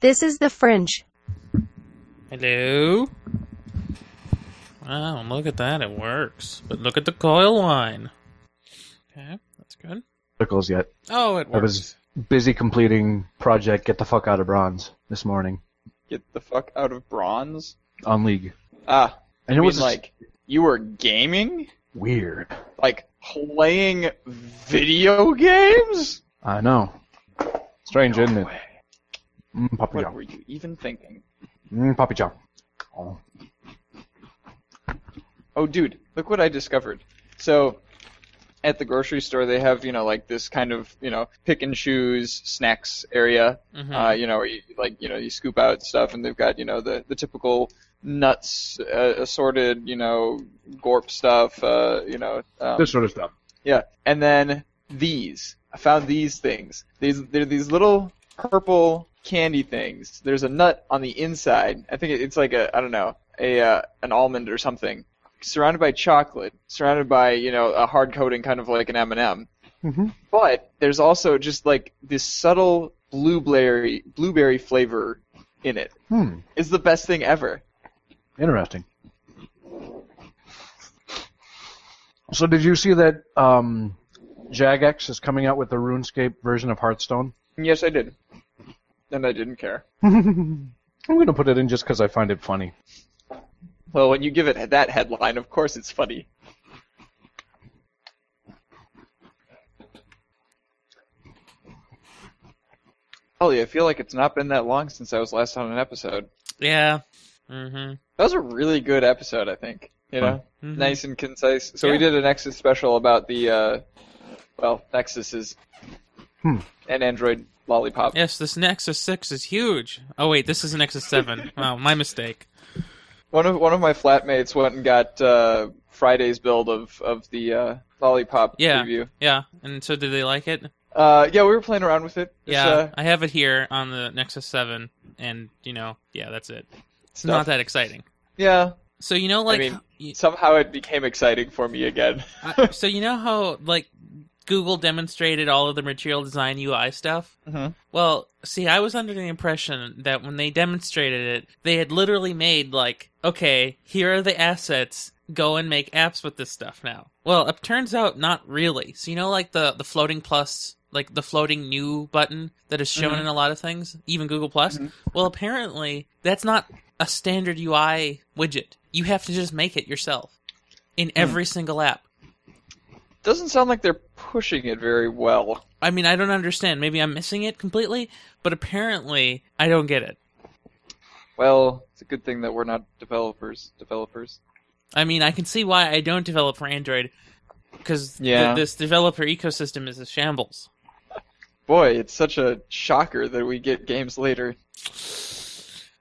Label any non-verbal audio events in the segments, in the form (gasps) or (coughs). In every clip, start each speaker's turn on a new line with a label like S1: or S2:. S1: This is the fringe.
S2: Hello? Wow, look at that. It works. But look at the coil line. Okay, that's good.
S3: Circles yet.
S2: Oh, it
S3: I
S2: works.
S3: was busy completing project Get the Fuck Out of Bronze this morning
S4: Get the fuck out of bronze.
S3: on League.
S4: Ah,
S3: And
S4: I
S3: it
S4: mean,
S3: was just
S4: like you were gaming,
S3: weird.
S4: like playing video games.
S3: I know. Strange, isn't it?
S4: Way.
S3: Mm, Papa
S4: What
S3: John.
S4: were you even thinking?
S3: Mm, Papa John. Oh.
S4: Oh, dude, look what I discovered. So, at the grocery store, they have you know like this kind of you know pick and choose snacks area.
S3: Hmm.
S2: Mhm.
S4: Uh, you know, where you, like you know you scoop out stuff, and they've got you know the the typical nuts, uh, assorted you know gorp stuff. Uh, you know, um,
S3: This sort of stuff.
S4: Yeah, and then these. I found these things. These they're these little purple candy things. There's a nut on the inside. I think it- it's like a I don't know a uh, an almond or something. Surrounded by chocolate, surrounded by you know a hard coating kind of like an M and m
S3: Mm-hmm.
S4: But there's also just like this subtle blueberry blueberry flavor in it.
S3: Hmm.
S4: It's the best thing ever.
S3: Interesting. So, did you see that um, Jagex is coming out with the RuneScape version of
S4: (laughs)
S3: Hearthstone?
S4: And yes, I did, and I didn't care.
S3: I'm going to put it in just because I find it funny.
S4: Well, when you give it that headline, of course it's funny. Holly, I feel like it's not been that long since I was last on an episode.
S2: yeah. Mm-hmm.
S4: That was a really good episode, I think. You know, nice and concise. So
S2: Yeah.
S4: we did a Nexus special about the, uh, well, Nexuses
S3: Hmm.
S4: and Android Lollipop.
S2: Yes, this Nexus 6 is huge. Oh, wait, this is a Nexus
S4: (laughs)
S2: 7. wow, my mistake.
S4: One of one of my flatmates went and got uh, Friday's build of of the uh, Lollipop
S2: Yeah.
S4: preview.
S2: Yeah, and so did they like it?
S4: Uh, yeah, we were playing around with it. It's,
S2: Yeah,
S4: uh,
S2: I have it here on the Nexus 7, and, you know, yeah, that's it. It's not
S4: stuff.
S2: that exciting.
S4: Yeah.
S2: So, you know, like.
S4: mean-
S2: y-
S4: Somehow it became exciting for me again.
S2: I- so, you know how, like, Google demonstrated all of the material design UI stuff?
S4: Mhm.
S2: Well, see, I was under the impression that when they demonstrated it, they had literally made, like, okay, here are the assets. Go and make apps with this stuff now. Well, it turns out not really. So, you know, like the, the floating plus, like the floating new button that is shown
S4: Mhm.
S2: in a lot of things, even Google Plus?
S4: Mhm.
S2: Well, apparently, that's not a standard UI widget. You have to just make it yourself in every single app.
S4: Doesn't sound like they're pushing it very well.
S2: I mean, I don't understand. Maybe I'm missing it completely, but apparently, I don't get it.
S4: Well, it's a good thing that we're not developers. Developers.
S2: I mean, I can see why I don't develop for Android because
S4: Yeah.
S2: this developer ecosystem is a shambles.
S4: Boy, it's such a shocker that we get games later.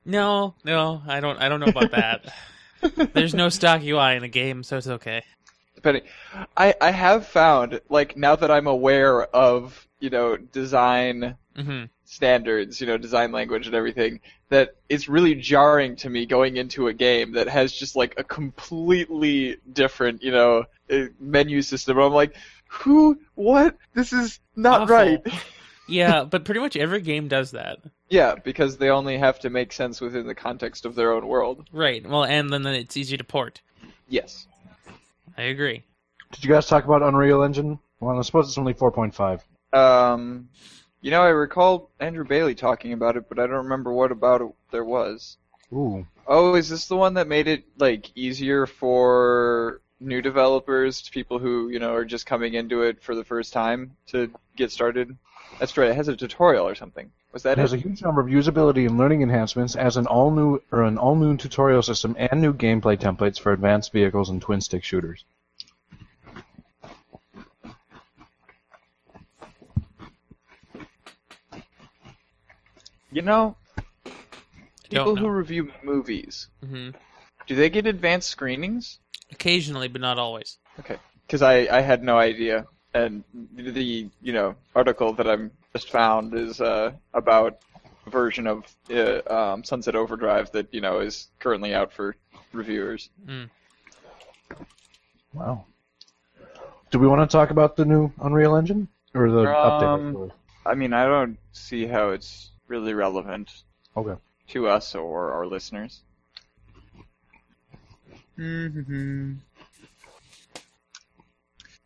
S2: No, no, I don't. I don't know about that.
S4: (laughs)
S2: There's no stock UI in the game, so it's okay.
S4: Depending, I I have found like now that I'm aware of you know design
S2: hmm
S4: standards, you know, design language and everything, that it's really jarring to me going into a game that has just like a completely different, you know, eh, menu system. I'm like, who, what? This is not
S2: Awful.
S4: right. (laughs)
S2: Yeah, but pretty much every game does that,
S4: yeah, because they only have to make sense within the context of their own world.
S2: right? Well, and then it's easy to port.
S4: Yes.
S2: I agree.
S3: Did you guys talk about Unreal Engine? Well, I suppose it's only 4.5.
S4: Um, you know, I recall Andrew Bailey talking about it, but I don't remember what about it there was.
S3: Ooh.
S4: Oh, is this the one that made it like easier for new developers, people who you know are just coming into it for the first time to get started? That's right. It has a tutorial or something. Was that
S3: It has a
S4: it?
S3: huge number of usability and learning enhancements as an all new or an all new tutorial system and new gameplay templates for advanced vehicles and twin stick shooters.
S4: You know,
S2: Don't
S4: people who
S2: know.
S4: review movies,
S2: hmm
S4: do they get advanced screenings?
S2: Occasionally, but not always.
S4: Because I I had no idea, and the you know article that I'm just found is uh about a version of uh, um, Sunset Overdrive that you know is currently out for reviewers.
S3: Wow. Do we want to talk about the new Unreal Engine or the
S4: Um,
S3: update?
S4: I mean, I don't see how it's really relevant.
S3: Okay.
S4: to us or our listeners.
S2: Mm-hmm.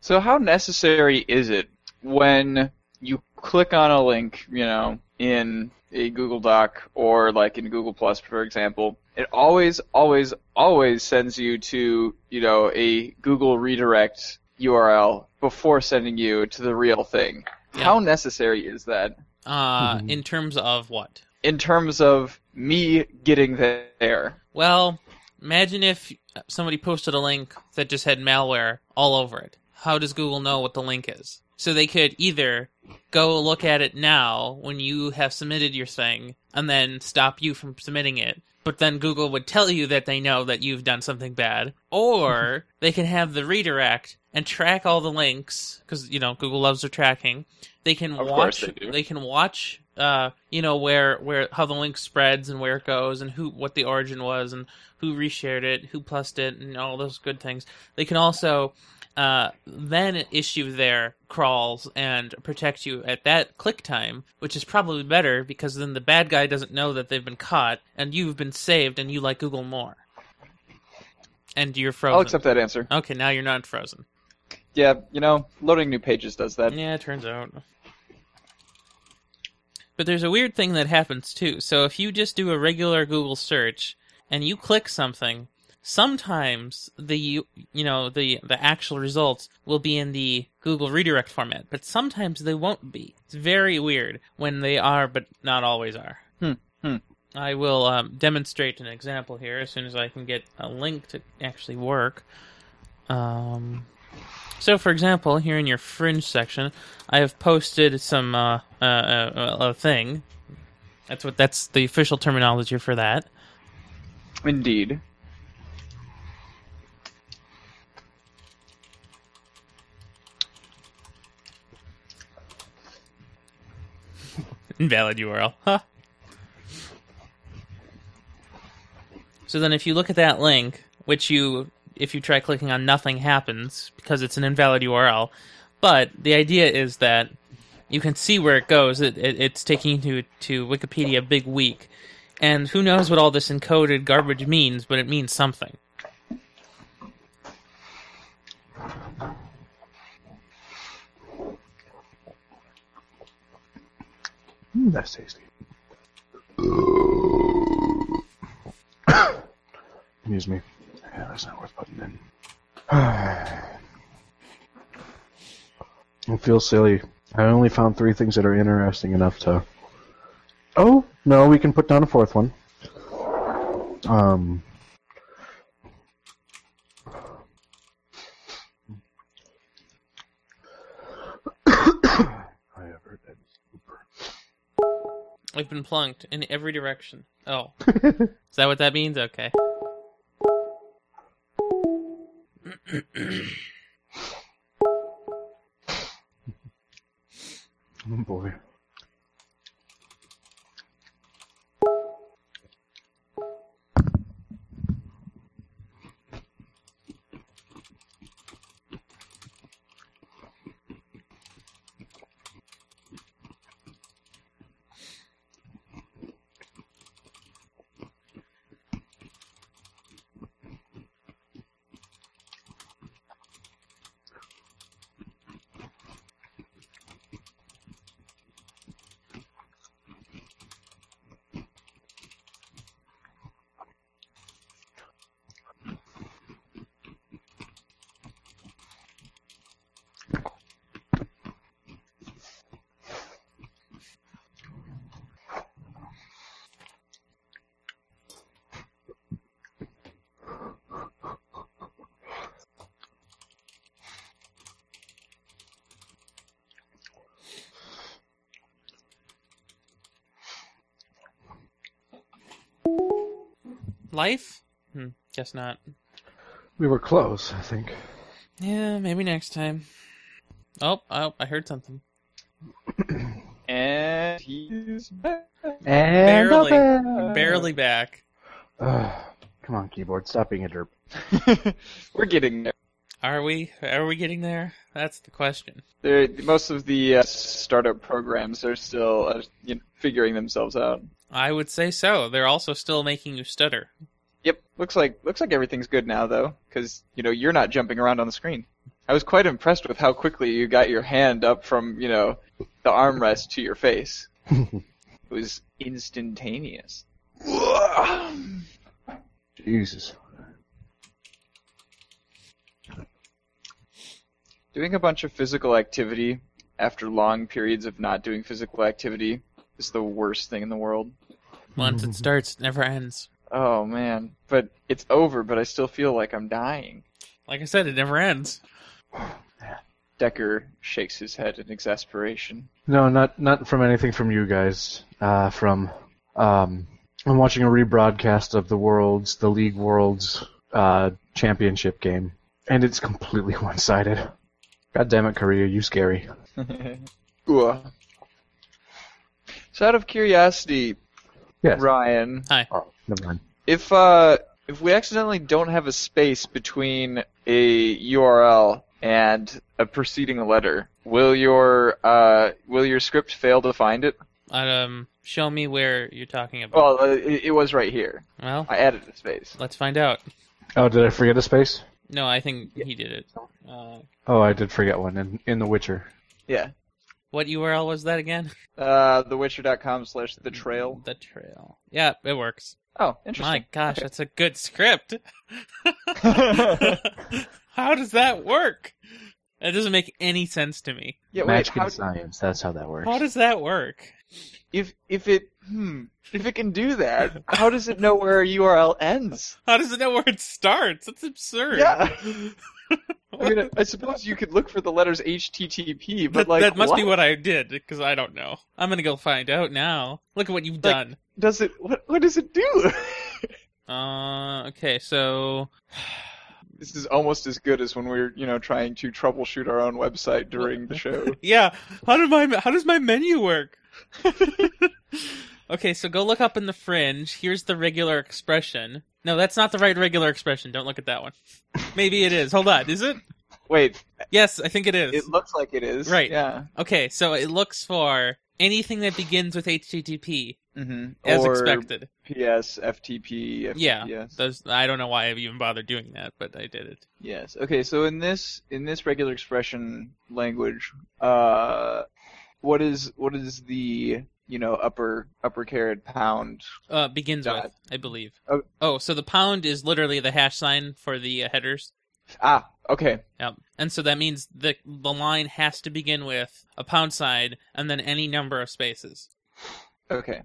S4: So how necessary is it when you click on a link, you know, in a Google Doc or like in Google Plus, for example, it always, always, always sends you to, you know, a Google redirect URL before sending you to the real thing.
S2: Yeah.
S4: How necessary is that
S2: Uh,
S4: Mm-hmm.
S3: Mhm.
S2: in terms of what?
S4: in terms of me getting there?
S2: Well, imagine if somebody posted a link that just had malware all over it. How does Google know what the link is? So they could either go look at it now when you have submitted your thing and then stop you from submitting it, but then Google would tell you that they know that you've done something bad, or
S4: (laughs)
S2: they can have the redirect and track all the links because you know Google loves their tracking. They can
S4: Of course
S2: watch
S4: they do.
S2: they can watch uh you know where where how the link spreads and where it goes and who what the origin was and who reshared it, who plussed it, and all those good things. They can also uh, then issue their crawls and protect you at that click time, which is probably better because then the bad guy doesn't know that they've been caught and you've been saved and you like Google more. And you're frozen. Uh.
S4: I'll accept that answer.
S2: Okay, now you're not frozen.
S4: Yeah, you know, loading new pages does that.
S2: Yeah, it turns out. But there's a weird thing that happens too. So if you just do a regular Google search and you click something, sometimes the you know the the actual results will be in the Google redirect format, but sometimes they won't be. It's very weird when they are, but not always are.
S4: Hmm, hmm.
S2: I will um, demonstrate an example here as soon as I can get a link to actually work. Um, so, for example, here in your fringe section, I have posted some uh, uh, uh, uh, a thing. That's what that's the official terminology for that. Mm-hmm.
S4: Indeed.
S2: (laughs) Invalid URL. Huh. So then, if you look at that link, which you if you try clicking on, nothing happens because it's an invalid URL. But the idea is that you can see where it goes. It, it, it's taking you to, to Wikipedia Big Week, and who knows what all this encoded garbage means, but it means something.
S3: Mm, that's tasty. Excuse me. Yeah, that's not worth putting in. (sighs) I feel silly. I only found three things that are interesting enough to. Oh no, we can put down a fourth one. Um. (coughs) I have heard that.
S2: I've been plunked in every direction. Oh. Is that what that means? Okay.
S3: Oh boy.
S2: Life? Hmm, guess not.
S3: We were close, I think.
S2: Yeah, maybe next time. Oh, oh, I heard something.
S4: And he's back. Eh.
S3: And
S2: Barely.
S3: open.
S2: Barely back.
S3: Ugh. come on, keyboard, stop being a derp.
S4: (laughs) We're getting there.
S2: Are we? Are we getting there? That's the question.
S4: there most of the uh, startup programs are still uh, you know, figuring themselves out.
S2: I would say so. They're also still making you stutter.
S4: Yep. Looks like looks like everything's good now though, because you know you're not jumping around on the screen. I was quite impressed with how quickly you got your hand up from you know the armrest to your face. It was instantaneous.
S3: Jesus.
S4: Doing a bunch of physical activity after long periods of not doing physical activity is the worst thing in the world.
S2: Once it starts, it never ends.
S4: Oh man, but it's over, but I still feel like I'm dying.
S2: Like I said, it never ends.
S4: Decker shakes his head in exasperation.
S3: No, not not from anything from you guys. Uh, from um, I'm watching a rebroadcast of the world's the league world's uh, championship game, and it's completely (laughs) one-sided. God damn it, Korea, you scary.
S4: Ugh. So out of curiosity,
S3: Yes.
S4: Ryan,
S3: Oh, never mind.
S4: if uh if we accidentally don't have a space between a URL and a preceding letter, will your uh will your script fail to find it?
S2: Um, show me where you're talking about.
S4: Well, uh, it, it was right here.
S2: Well,
S4: I added a space.
S2: let's find out.
S3: Oh, did I forget a space?
S2: No, I think he did it. Uh,
S3: Oh, I did forget one in in The Witcher.
S4: Yeah.
S2: what URL was that again?
S4: Uh, thewitcher.com slash the trail.
S2: The trail. Yeah, it works.
S4: Oh, interesting.
S2: My gosh, that's a good script.
S4: (laughs) yeah,
S2: (laughs) How does that work? That doesn't make any sense to me.
S4: wait,
S3: Magic
S4: how,
S3: and science. That's how that works.
S2: How does that work?
S4: if if it hmm, if it can do that, how does it know where a URL ends?
S2: How does it know where it starts? That's absurd.
S4: Yeah. (laughs) I mean, I suppose you could look for the letters HTTP, but
S2: that,
S4: like,
S2: that must
S4: what?
S2: be what I did because I don't know. I'm gonna go find out now. Look at what you've done.
S4: does it? What what does it do? (laughs)
S2: Uh, okay, so
S4: this is almost as good as when we are you know, trying to troubleshoot our own website during the
S2: (laughs)
S4: show.
S2: yeah, how did my how does my menu work? (laughs) okay, so go look up in the fringe. Here's the regular expression. No, that's not the right regular expression. Don't look at that one. Maybe it is. Hold on. Is it?
S4: Wait,
S2: Yes, I think it is.
S4: it looks like it is.
S2: Right.
S4: Yeah.
S2: Okay, so it looks for anything that begins with HTTP,
S4: Mm-hmm.
S2: as
S4: or
S2: expected.
S4: PS, FTP, FTPS.
S2: Yeah, Those I don't know why I even bothered doing that, but I did it.
S4: Yes. Okay. So in this in this regular expression language, uh, what is what is the you know upper upper caret pound?
S2: Uh, begins
S4: Dot.
S2: with, I believe.
S4: Oh.
S2: Oh, so the pound is literally the hash sign for the uh, headers.
S4: Ah, okay.
S2: Yep. And so that means the the line has to begin with a pound sign and then any number of spaces.
S4: Okay.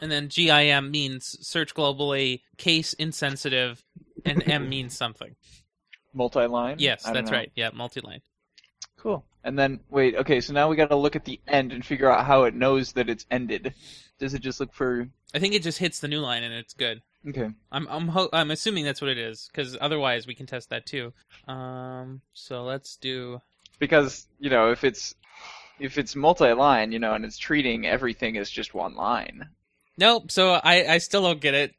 S2: And then GIM means search globally, case insensitive, and M means
S4: (laughs)
S2: something.
S4: Multi line.
S2: Yes, that's right. Yeah, multi-line.
S4: Cool. And then wait. Okay. So now we got to look at the end and figure out how it knows that it's ended. Does it just look for?
S2: I think it just hits the new line and it's good.
S4: Okay.
S2: I'm I'm ho- I'm assuming that's what it is because otherwise we can test that too. Um, so let's do.
S4: Because you know if it's if it's multi line, you know, and it's treating everything as just one line.
S2: Nope. So I I still don't get it.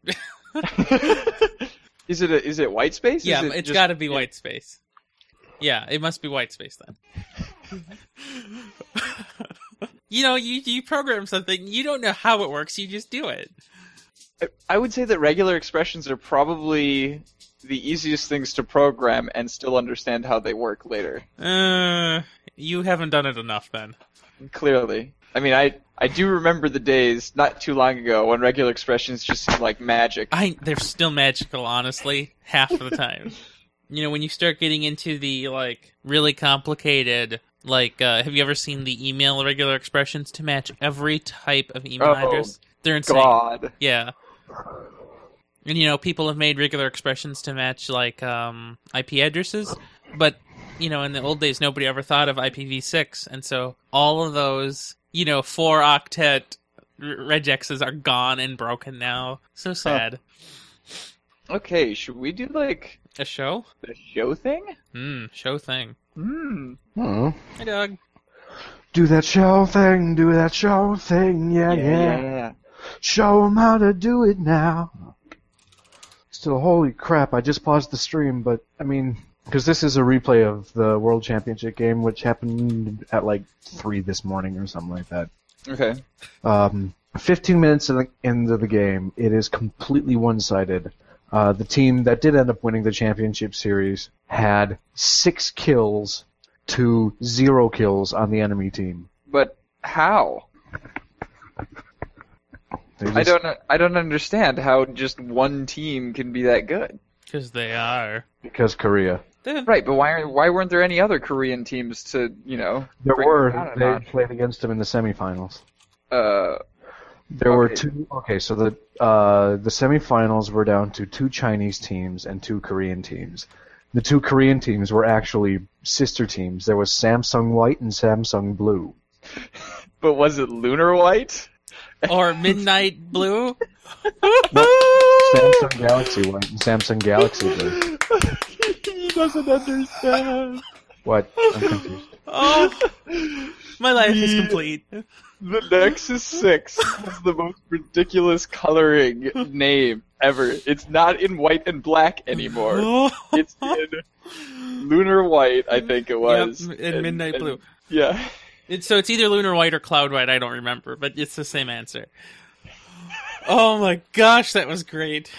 S2: (laughs)
S4: (laughs) is it a, is it white space?
S2: yeah,
S4: Is it
S2: it has
S4: just-
S2: got to be white space. Yeah, it must be white space
S4: (laughs)
S2: then. you know, you you program something, you don't know how it works, you just do it.
S4: I would say that regular expressions are probably the easiest things to program and still understand how they work later.
S2: Uh, you haven't done it enough then.
S4: Clearly. I mean, I, I do remember the days not too long ago when regular expressions just seemed like magic.
S2: I they're still magical, honestly, half of the time. You know, when you start getting into the like really complicated, like uh, have you ever seen the email regular expressions to match every type of email
S4: Oh,
S2: address? They're insane.
S4: God.
S2: Yeah. And you know, people have made regular expressions to match like um, IP addresses, but you know, in the old days, nobody ever thought of IPv6, and so all of those, you know, four octet r- regexes are gone and broken now. So sad.
S4: Okay, should we do like
S2: A show?
S4: the show thing?
S2: Hmm, show thing.
S4: Hmm.
S3: Hmm.
S2: Hey, dog.
S3: Do that show thing, do that show thing, yeah, yeah. Show 'em how to do it now. Still, holy crap, I just paused the stream, but, I mean, because this is a replay of the World Championship game, which happened at like 3 this morning or something like that.
S4: Okay.
S3: Um, 15 minutes in the end of the game, it is completely one-sided. Uh, the team that did end up winning the championship series had six kills to zero kills on the enemy team.
S4: But how?
S3: They
S4: I
S3: just-
S4: don't. I don't understand how just one team can be that good.
S2: Because they are.
S3: because Korea.
S2: Then-
S4: Right, but why? are Why weren't there any other Korean teams to you know?
S3: There
S4: bring them down
S3: were
S4: a
S3: they
S4: notch?
S3: played against them in the semifinals.
S4: Uh,
S3: There were
S4: Okay.
S3: two. Okay, so the uh, the semifinals were down to two Chinese teams and two Korean teams. The two Korean teams were actually sister teams. There was Samsung White and Samsung Blue.
S4: but was it Lunar White?
S2: (laughs) Or Midnight Blue.
S3: Samsung Galaxy White and Samsung Galaxy Blue.
S4: he doesn't (laughs) understand.
S3: What? I'm confused. (laughs)
S2: Oh, my life is (laughs) complete.
S4: The Nexus 6 is the most ridiculous coloring name ever. It's not in white and black
S2: (laughs)
S4: anymore. It's in lunar white, I think it was.
S2: Yep, and midnight
S4: and-
S2: blue.
S4: Yeah.
S2: It's, so it's either lunar white or cloud white. I don't remember, but it's the same answer. Oh my gosh, that was great.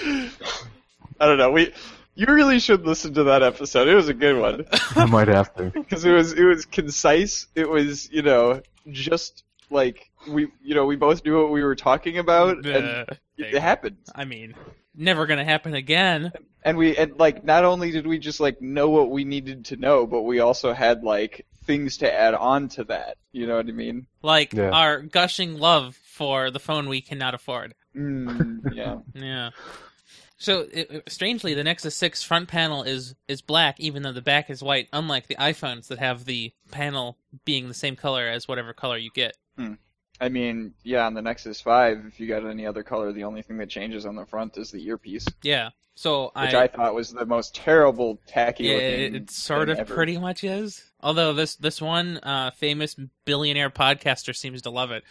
S4: I don't know. We you really should listen to that episode. It was a
S2: (laughs)
S4: good one
S3: I might have to. (sighs)
S4: because it was it was concise. It was, you know, just like we you know, we both knew what we were talking about and
S2: Uh,
S4: it happened.
S2: I mean, never gonna happen again.
S4: and we and like not only did we just like know what we needed to know but we also had like things to add on to that you know what i mean
S2: Like
S3: Yeah.
S2: our gushing love for the phone we cannot afford.
S4: mm,
S2: (laughs)
S4: yeah
S2: Yeah. So it, it- strangely, the Nexus Six front panel is is black, even though the back is white. Unlike the iPhones that have the panel being the same color as whatever color you get.
S4: i mean yeah on the nexus 5 if you got any other color the only thing that changes on the front is the earpiece
S2: Yeah. So
S4: which i, thought was the most terrible tacky
S2: Yeah, it,
S4: looking
S2: it sort
S4: thing
S2: of
S4: ever.
S2: pretty much is. Although this this one uh, famous billionaire podcaster seems to love it.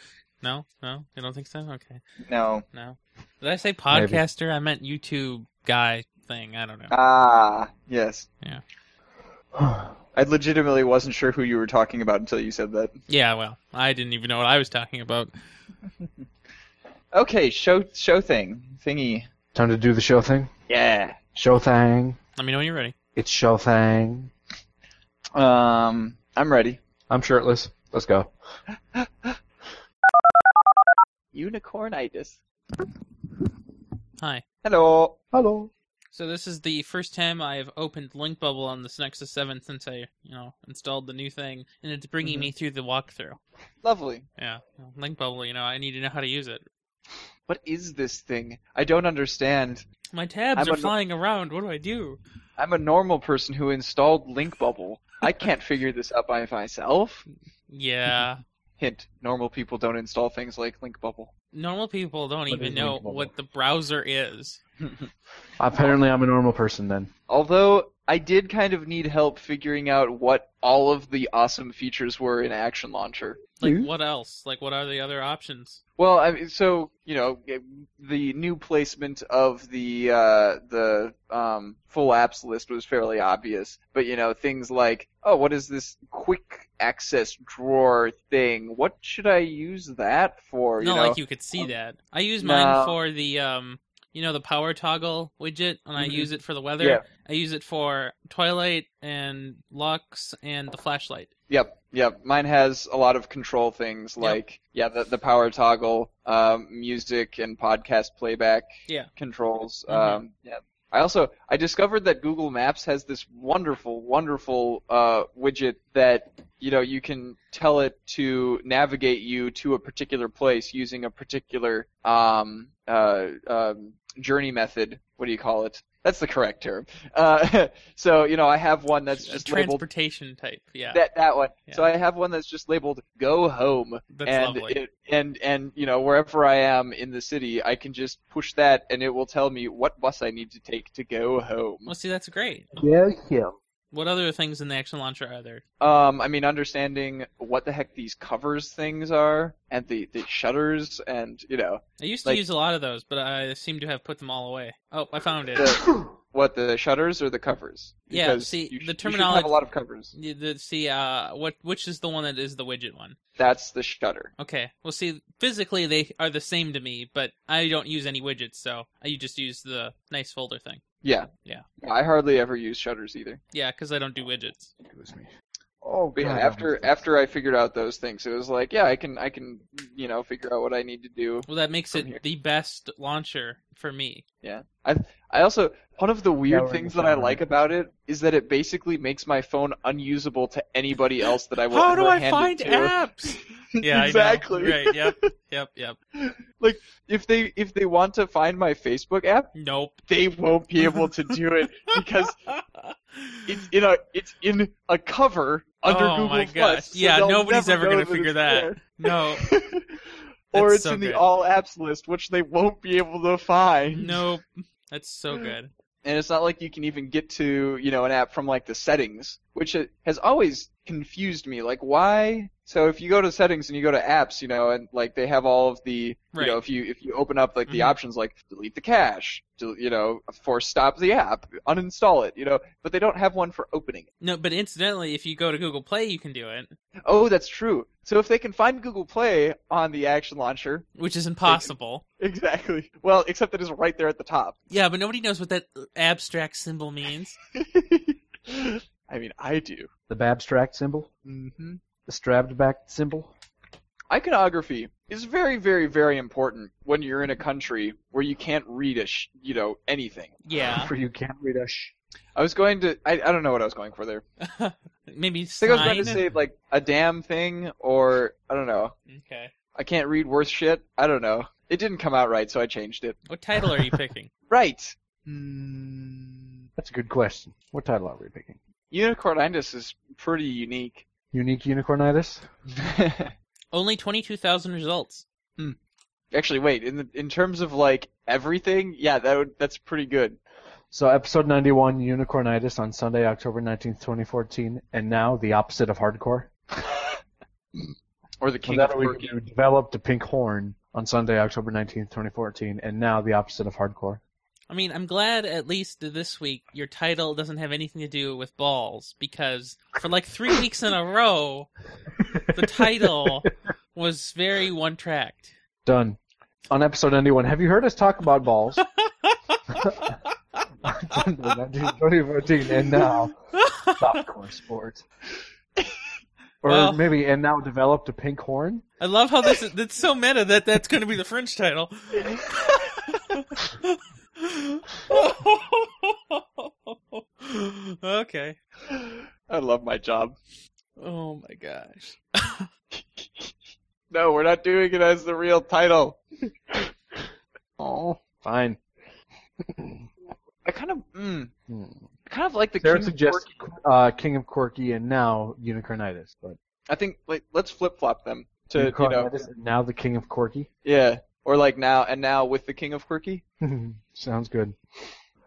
S2: No, no, you don't think so? Okay,
S4: no
S2: no. Did I say podcaster? I meant YouTube guy thing. I don't know.
S4: ah yes
S3: I
S4: i legitimately wasn't sure who you were talking about until you said that
S2: yeah, well, I didn't even know what I was talking about.
S4: okay show show thing thingy
S3: Time to do the show thing.
S4: yeah
S3: Show thing.
S2: Let me know when you're ready.
S3: It's show thing.
S4: um i'm ready
S3: I'm shirtless. Let's go.
S4: unicornitis
S2: Hi.
S4: hello
S3: Hello.
S2: So this is the first time I've opened Linkbubble on this Nexus 7 since I, you know, installed the new thing, and it's bringing
S4: Mhm.
S2: me through the walkthrough.
S4: Lovely.
S2: Yeah, well, Linkbubble. You know, I need to know how to use it.
S4: What is this thing? I don't understand.
S2: My tabs
S4: I'm
S2: are
S4: a-
S2: flying around. What do I do?
S4: I'm a normal person who installed Linkbubble. I can't figure this out by myself. (laughs)
S2: Yeah.
S4: Hint: normal people don't install things like Linkbubble.
S2: normal people don't
S3: What
S2: even
S3: is
S2: know
S3: Linkable?
S2: what the browser is.
S3: Apparently, I'm a normal person then.
S4: Although I did kind of need help figuring out what all of the awesome features were in Action Launcher.
S2: Like
S3: Mhm.
S2: what else? Like what are the other options?
S4: Well, I mean, so you know, eh, the new placement of the uh, the um, full apps list was fairly obvious, but you know, things like, oh, what is this quick access drawer thing? What should I use that for?
S2: Not
S4: you know,
S2: like you could see
S4: um,
S2: that. I use mine
S4: no.
S2: for the um you know the power toggle widget and I
S4: Mhm.
S2: use it for the weather.
S4: Yeah.
S2: I use it for Twilight and Lux and the flashlight.
S4: Yep, yep. Mine has a lot of control things
S2: Yep.
S4: like yeah, the the power toggle, um, music and podcast playback
S2: Yeah.
S4: controls.
S2: Mhm.
S4: Um, yeah. I also I discovered that Google Maps has this wonderful, wonderful uh, widget that you know you can tell it to navigate you to a particular place using a particular um, uh, um, journey method. What do you call it? That's the correct term. Uh, (laughs) so you know I have one that's
S2: A
S4: just labeled
S2: transportation type. Yeah.
S4: (laughs) that that one.
S2: Yeah.
S4: So I have one that's just labeled "Go Home,"
S2: That's
S4: and
S2: lovely.
S4: it, and and you know wherever I am in the city, I can just push that, and it will tell me what bus I need to take to go home.
S2: well see that's great.
S3: Yeah, yeah.
S2: What other things in the action launcher are there?
S4: Um, I mean, understanding what the heck these covers things are, and the the shutters, and you know,
S2: I used to
S4: Like-
S2: use a lot of those, but I seem to have put them all away. Oh, I found it.
S4: The- what the shutters or the covers?
S2: Yeah,
S4: Because
S2: see,
S4: you sh-
S2: the
S4: you should
S2: terminology-
S4: have a lot of covers.
S2: You- the- see, uh, what which is the one that is the widget one?
S4: That's the shutter.
S2: Okay. Well, see, physically they are the same to me, but I don't use any widgets, so I just use the nice folder thing.
S4: Yeah.
S2: Yeah.
S4: I hardly ever use shutters either.
S2: Yeah, because I don't do widgets.
S3: It was me. Oh,
S4: But yeah,
S3: God,
S4: after
S3: I'm-
S4: after I figured out those things, it was like, yeah, I can I can you know figure out what I need to do.
S2: Well, that makes
S4: From here.
S2: it the best launcher for me.
S4: I also one of the
S3: we're
S4: weird
S3: in
S4: things
S3: the
S4: that I
S3: shower.
S4: like about it is that it basically makes my phone unusable to anybody else that I will
S2: How do
S4: ever
S2: I
S4: hand it
S2: find
S4: to.
S2: apps?
S4: (laughs)
S2: Yeah, I know.
S4: exactly.
S2: Right. Yep. Yep. Yep.
S4: If they if they want to find my Facebook app,
S2: Nope.
S4: they won't be able to
S2: (laughs)
S4: do it because it's in a it's in a cover under
S2: Oh
S4: Google
S2: my gosh.
S4: Plus. so
S2: Yeah,
S4: they'll
S2: nobody's ever
S4: never know
S2: gonna
S4: it's
S2: figure that.
S4: there.
S2: no.
S4: (laughs) or
S2: (laughs) That's
S4: it's
S2: so
S4: in
S2: good.
S4: the all apps list, which they won't be able to find.
S2: Nope. That's so good.
S4: and it's not like you can even get to you know an app from like the settings which it has always confused me like why so if you go to settings and you go to apps you know and like they have all of the
S2: Right.
S4: you know if you if you open up like the
S2: Mhm.
S4: options like delete the cache del- you know force stop the app uninstall it you know but they don't have one for opening it.
S2: No, but incidentally, if you go to Google Play, you can do it,
S4: oh that's true so if they can find google play on the action launcher (laughs)
S2: which is impossible.
S4: exactly well except that it's right there at the top (laughs)
S2: Yeah, but nobody knows what that abstract symbol means.
S4: i mean i do
S3: The Babstract symbol?
S4: mm-hmm
S3: The strabbed back symbol?
S4: iconography is very very very important when you're in a country where you can't read a sh- you know anything
S2: Yeah,
S3: (laughs) For you can't read a sh.
S4: i was going to i, I don't know what i was going for there
S2: maybe
S4: i think i was
S2: sign.
S4: going to say like a damn thing or i don't know
S2: okay,
S4: i can't read worth shit i don't know it didn't come out right so i changed it
S2: what title are you picking? (laughs)
S4: right
S3: Hmm. That's a good question. What title are we picking?
S4: unicornitis is
S3: (laughs)
S4: pretty unique
S3: Unique Unicornitis?
S2: Only twenty-two thousand results.
S4: actually wait in the, in terms of like everything yeah that would, that's pretty good
S3: So, episode 91, Unicornitis, on Sunday, October 19th, 2014. And now, the opposite of hardcore.
S4: or the king
S3: Well,
S4: of
S3: that we
S4: Perky.
S3: do developed a pink horn on Sunday, October 19th, 2014. And now, the opposite of hardcore.
S2: I mean, I'm glad at least this week your title doesn't have anything to do with balls because for like three weeks in a row, the
S4: (laughs)
S2: title was very one-tracked.
S3: Done. On episode 91, have you heard us talk about
S4: (laughs)
S3: balls? (laughs) Sunday, 19th, 2014. And now, softcore sport. Or
S2: Well-
S3: maybe, and now developed a pink horn?
S2: I love how this is that's so meta that that's going to be the French title. okay.
S4: (gasps) i love my job
S2: Oh my gosh.
S4: no we're not doing it as the real title
S3: Oh, fine.
S4: i kind of mm,
S3: Hmm.
S4: I kind of like the
S3: Sarah
S4: King of
S3: suggests
S4: Quirky-
S3: uh, King of Quirky and now Unicornitis, but
S4: I think like let's flip flop them to you know
S3: Unicornitis and now the King of Quirky
S4: yeah or like now and now with the King of Quirky.
S3: (laughs) sounds good.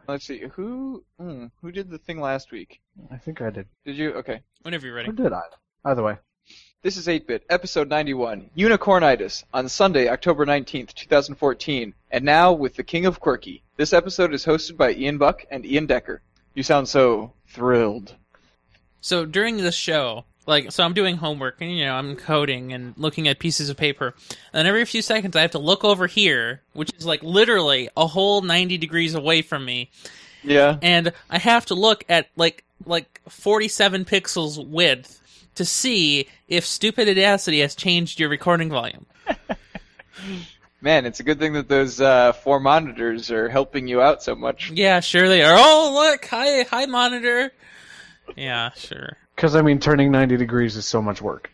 S4: Let's see who mm, who did the thing last week.
S3: I think I did.
S4: Did you? Okay,
S2: Whenever you're
S3: Or
S2: ready.
S3: did I? Either way,
S4: this is 8-bit episode 91 Unicornitis on Sunday, October 19th, 2014, and now with the King of Quirky. This episode is hosted by Ian Buck and Ian Decker. You sound so thrilled.
S2: So during this show, like, so I'm doing homework and, you know, I'm coding and looking at pieces of paper. And every few seconds I have to look over here, which is like literally a whole 90 degrees away from me.
S4: Yeah.
S2: and I have to look at like like 47 pixels width to see if stupid audacity has changed your recording volume.
S4: Man, it's a good thing that those uh, four monitors are helping you out so much.
S2: Yeah, sure they are. Oh, look, hi hi monitor. Yeah, sure.
S3: because I mean, turning 90 degrees is so much work.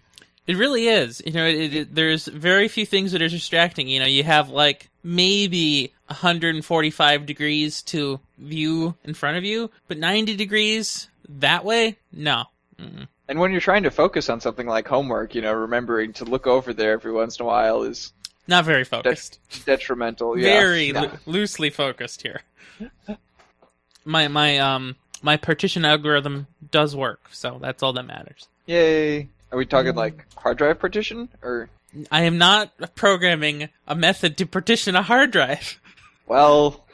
S2: It really is. You know, it, it, there's very few things that are distracting. You know, you have like maybe 145 degrees to view in front of you, but 90 degrees that way? No. Mm-mm.
S4: And when you're trying to focus on something like homework, you know, remembering to look over there every once in a while is
S2: Not very focused.
S4: detrimental. Yeah.
S2: very
S4: Yeah.
S2: loo- loosely focused here. My my um my partition algorithm does work, so that's all that matters.
S4: Yay. Are we talking like hard drive partition or
S2: I am not programming a method to partition a hard drive.
S4: well,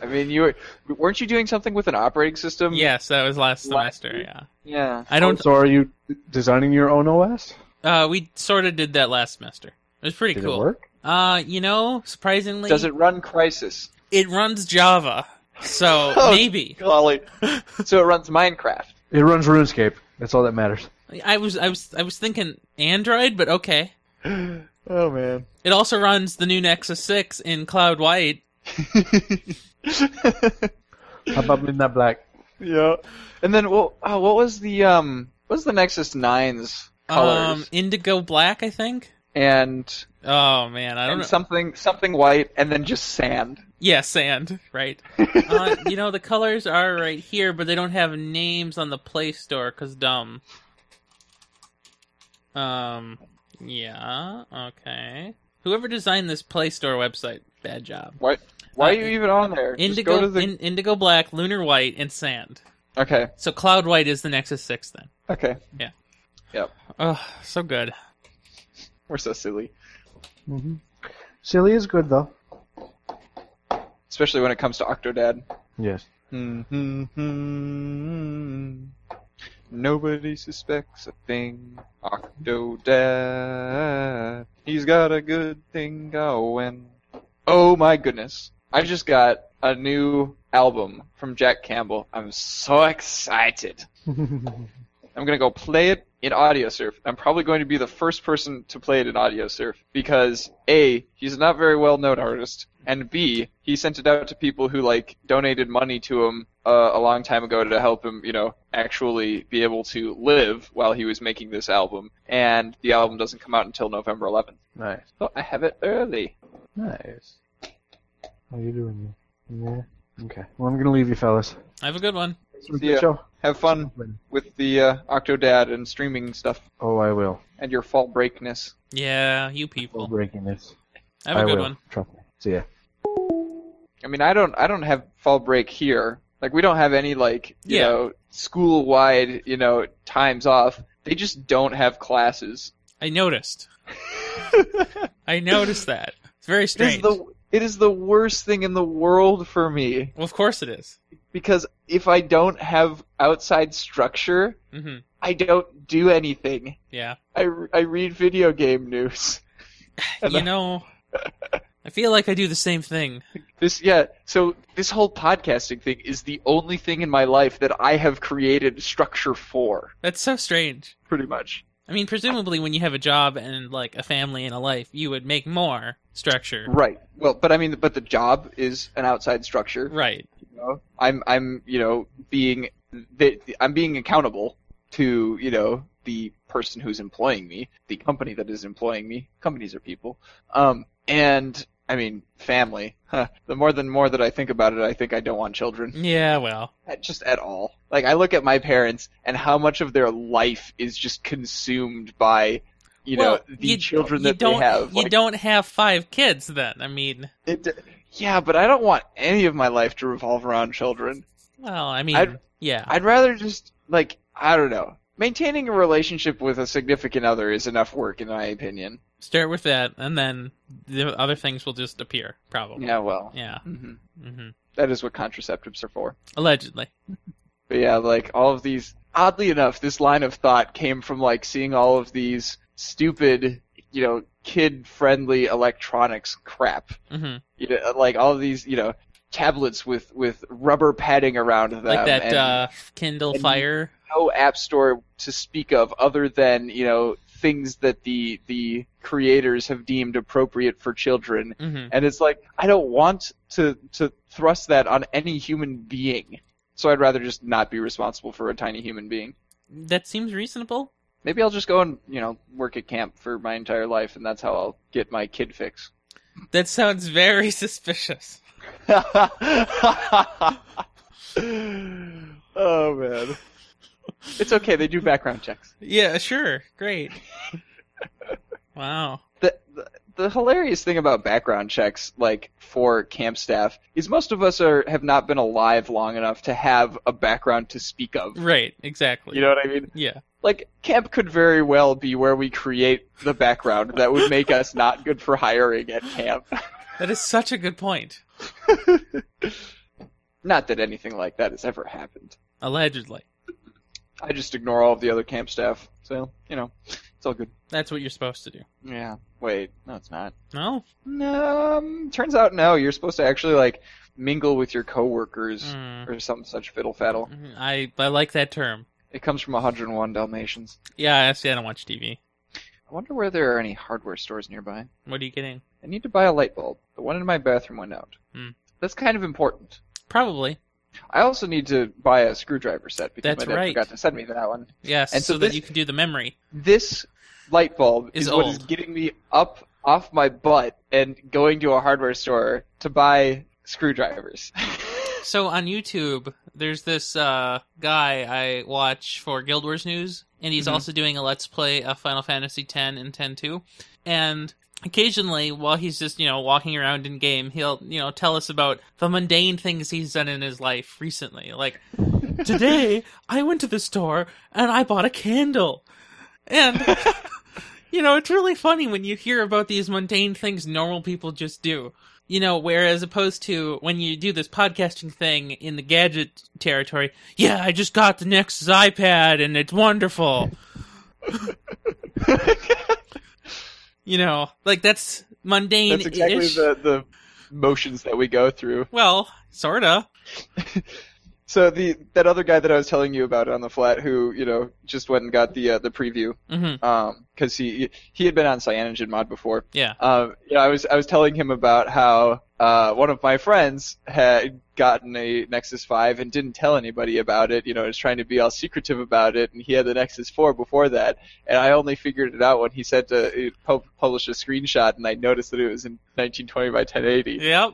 S4: I mean, you were, weren't you doing something with an operating system?
S2: Yes, that was last
S4: Last
S2: semester.
S4: week?
S2: Yeah,
S4: Yeah.
S2: I don't.
S3: So are you designing your own OS?
S2: Uh, we sort of did that last semester. It was pretty
S3: Did
S2: cool.
S3: it work?
S2: Uh, you know, surprisingly,
S4: Does it run Crisis?
S2: it runs Java, so
S4: (laughs) Oh.
S2: maybe
S4: Golly. so it runs Minecraft.
S3: It runs RuneScape. That's all that matters.
S2: I was I was I was thinking Android, but okay.
S4: Oh (laughs) man.
S2: It also runs the new Nexus Six in Cloud White.
S3: How about Midnight Black?
S4: yeah. And then well, oh, what was the um what was the Nexus 9's colors?
S2: Um, indigo black, I think.
S4: and
S2: Oh man, I don't
S4: and
S2: know.
S4: something something white and then just sand.
S2: Yeah, sand,
S4: (laughs)
S2: right? uh, you know the colors are right here, but they don't have names on the Play Store because dumb. Um, yeah, okay. Whoever designed this Play Store website, bad job.
S4: Why
S2: Uh,
S4: why are you even on there? Just go
S2: Indigo,
S4: to the-
S2: in, indigo black, lunar white, and sand.
S4: Okay.
S2: So cloud white is the Nexus Six then.
S4: Okay.
S2: Oh, so good.
S4: We're so silly.
S3: Mm-hmm. Silly is good though.
S4: Especially when it comes to Octodad.
S3: Yes.
S4: Mm-hmm. Nobody suspects a thing. Octodad. He's got a good thing going. Oh my goodness. I just got a new album from Jack Campbell. I'm so excited. I'm gonna go play it in Audio Surf. I'm probably going to be the first person to play it in Audio Surf because A, he's not very well known artist, and B, he sent it out to people who like donated money to him uh, a long time ago to help him, you know, actually be able to live while he was making this album. And the album doesn't come out until November 11th.
S3: nice.
S4: So I have it early.
S3: Nice. How you doing? You? Yeah. Okay. Well, I'm gonna leave you, fellas.
S2: Have a good one.
S3: It's been a
S4: Yeah.
S3: good show.
S4: Have fun
S3: Mm-hmm.
S4: with the uh, Octodad and streaming stuff
S3: Oh, I will.
S4: and your fall breakness.
S2: Yeah, you
S3: We're
S2: people.
S3: breaking this.
S2: Have a
S3: I
S2: good
S3: will.
S2: one.
S3: Trust me. See ya.
S4: I mean, I don't, I don't have fall break here. Like, we don't have any like, you
S2: Yeah.
S4: know, school-wide, you know, times off. They just don't have classes. (laughs)
S2: I noticed. I noticed that. It's very
S4: It is
S2: strange.
S4: the, it is the worst thing in the world for me
S2: Well, of course it is.
S4: because if I don't have outside structure,
S2: Mm-hmm.
S4: I don't do anything.
S2: Yeah.
S4: I, re- I read video game news. (laughs) And
S2: you
S4: I-
S2: know, I feel like I do the same thing.
S4: This yeah, so this whole podcasting thing is the only thing in my life that I have created structure for,
S2: That's so strange.
S4: pretty much.
S2: I mean, presumably, when you have a job and like a family and a life, you would make more structure,
S4: Right. Well, but I mean, but the job is an outside structure.
S2: right?
S4: You know? I'm, I'm, you know, being, the, I'm being accountable to, you know, the person who's employing me, the company that is employing me. Companies are people. Um, and I mean, family. Huh. The more than more that I think about it, I think I don't want children,
S2: Yeah. Well,
S4: At- just at all. Like I look at my parents and how much of their life is just consumed by. You
S2: well,
S4: know the
S2: you-
S4: children
S2: you
S4: that
S2: don't,
S4: they have.
S2: You
S4: Like,
S2: don't have five kids, then. I mean,
S4: It, yeah, but I don't want any of my life to revolve around children.
S2: well, I mean,
S4: I'd-
S2: yeah.
S4: I'd rather just like I don't know. Maintaining a relationship with a significant other is enough work, in my opinion.
S2: Start with that, and then the other things will just appear, probably.
S4: Yeah, well,
S2: Yeah.
S4: hmm
S2: hmm
S4: that is what contraceptives are for.
S2: Allegedly.
S4: But yeah, like all of these. Oddly enough, this line of thought came from like seeing all of these stupid, you know, kid-friendly electronics crap.
S2: hmm
S4: You know, like all of these, you know, tablets with with rubber padding around them.
S2: Like that
S4: and-
S2: uh, Kindle
S4: and-
S2: Fire.
S4: no app store to speak of other than you know things that the the creators have deemed appropriate for children
S2: hmm
S4: and it's like i don't want to to thrust that on any human being so i'd rather just not be responsible for a tiny human being
S2: That seems reasonable.
S4: maybe i'll just go and you know work at camp for my entire life and that's how i'll get my kid fix
S2: That sounds very (laughs) suspicious.
S4: (laughs) oh man it's okay they do background checks
S2: Yeah, sure.
S4: (laughs)
S2: Great. wow.
S4: the, the the hilarious thing about background checks, like for camp staff, is most of us are have not been alive long enough to have a background to speak of.
S2: Right, exactly.
S4: You know what I mean?
S2: yeah.
S4: Like camp could very well be where we create the background that would make us not good for hiring at camp.
S2: That is such a good point.
S4: Not that anything like that has ever happened.
S2: Allegedly.
S4: I just ignore all of the other camp staff. So, you know, it's all good.
S2: That's what you're supposed to do.
S4: Yeah. Wait, no, it's not.
S2: No?
S4: No, um, turns out no. You're supposed to actually, like, mingle with your coworkers
S2: Mm.
S4: or some such fiddle
S2: Mm-hmm.
S4: faddle.
S2: I, I like that term.
S4: It comes from 101 Dalmatians.
S2: Yeah, I see. I don't watch TV.
S4: I wonder where there are any hardware stores nearby.
S2: What are you getting?
S4: I need to buy a light bulb. The one in my bathroom went out.
S2: Hmm.
S4: That's kind of important.
S2: Probably.
S4: I also need to buy a screwdriver set because
S2: That's
S4: my dad
S2: right.
S4: forgot to send me that one.
S2: Yes,
S4: And
S2: so,
S4: so
S2: that
S4: this-
S2: you can do the memory.
S4: This light bulb
S2: Is
S4: is, what is
S2: old.
S4: getting me up off my butt and going to a hardware store to buy screwdrivers. (laughs)
S2: So on YouTube, there's this uh, guy I watch for Guild Wars news, and he's
S4: Mhm.
S2: also doing a Let's Play of Final Fantasy X and X-2. And occasionally, while he's just you know walking around in game, he'll you know tell us about the mundane things he's done in his life recently. Like today, I went to the store and I bought a candle, and. (laughs) You know, it's really funny when you hear about these mundane things normal people just do. You know, whereas opposed to when you do this podcasting thing in the gadget territory, yeah, I just got the Nexus iPad and it's wonderful. You know, like that's mundane.
S4: That's exactly the, the motions that we go through.
S2: Well, sorta.
S4: So the that other guy that I was telling you about on the flat, who you know just went and got the uh, the preview,
S2: hmm
S4: um, because he he had been on Cyanogen Mod before.
S2: Yeah.
S4: Um, you know, I was I was telling him about how uh, one of my friends had gotten a Nexus Five and didn't tell anybody about it. You know, was trying to be all secretive about it, and he had the Nexus Four before that. And I only figured it out when he said to he pu- publish a screenshot, and I noticed that it was in 1920 by 1080.
S2: Yep.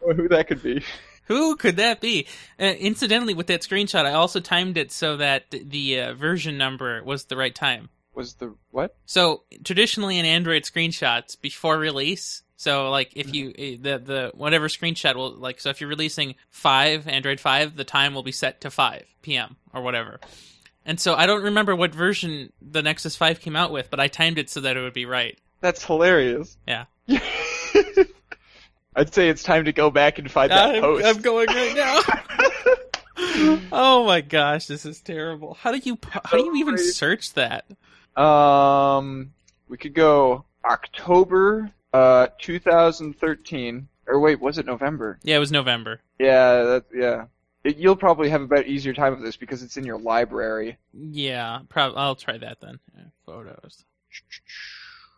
S4: Or who that could be?
S2: Who could that be? Uh, incidentally, with that screenshot, I also timed it so that the uh, version number was the right time.
S4: Was the what?
S2: So traditionally in Android screenshots before release, so like if you eh, the the whatever screenshot will like so if you're releasing 5 Android 5, the time will be set to 5 p.m. or whatever. And so I don't remember what version the Nexus 5 came out with, but I timed it so that it would be right.
S4: That's hilarious.
S2: Yeah.
S4: (laughs) I'd say it's time to go back and find that
S2: I'm,
S4: post.
S2: I'm going right
S4: (laughs)
S2: now. oh my gosh, this is terrible. How do you po- how do you even
S4: Sorry.
S2: search that?
S4: Um, we could go October, uh, 2013. Or wait, was it November?
S2: Yeah, it was November.
S4: Yeah, that, yeah. It, you'll probably have a better, easier time of this because it's in your library.
S2: Yeah, prob- I'll try that then. Yeah, Photos.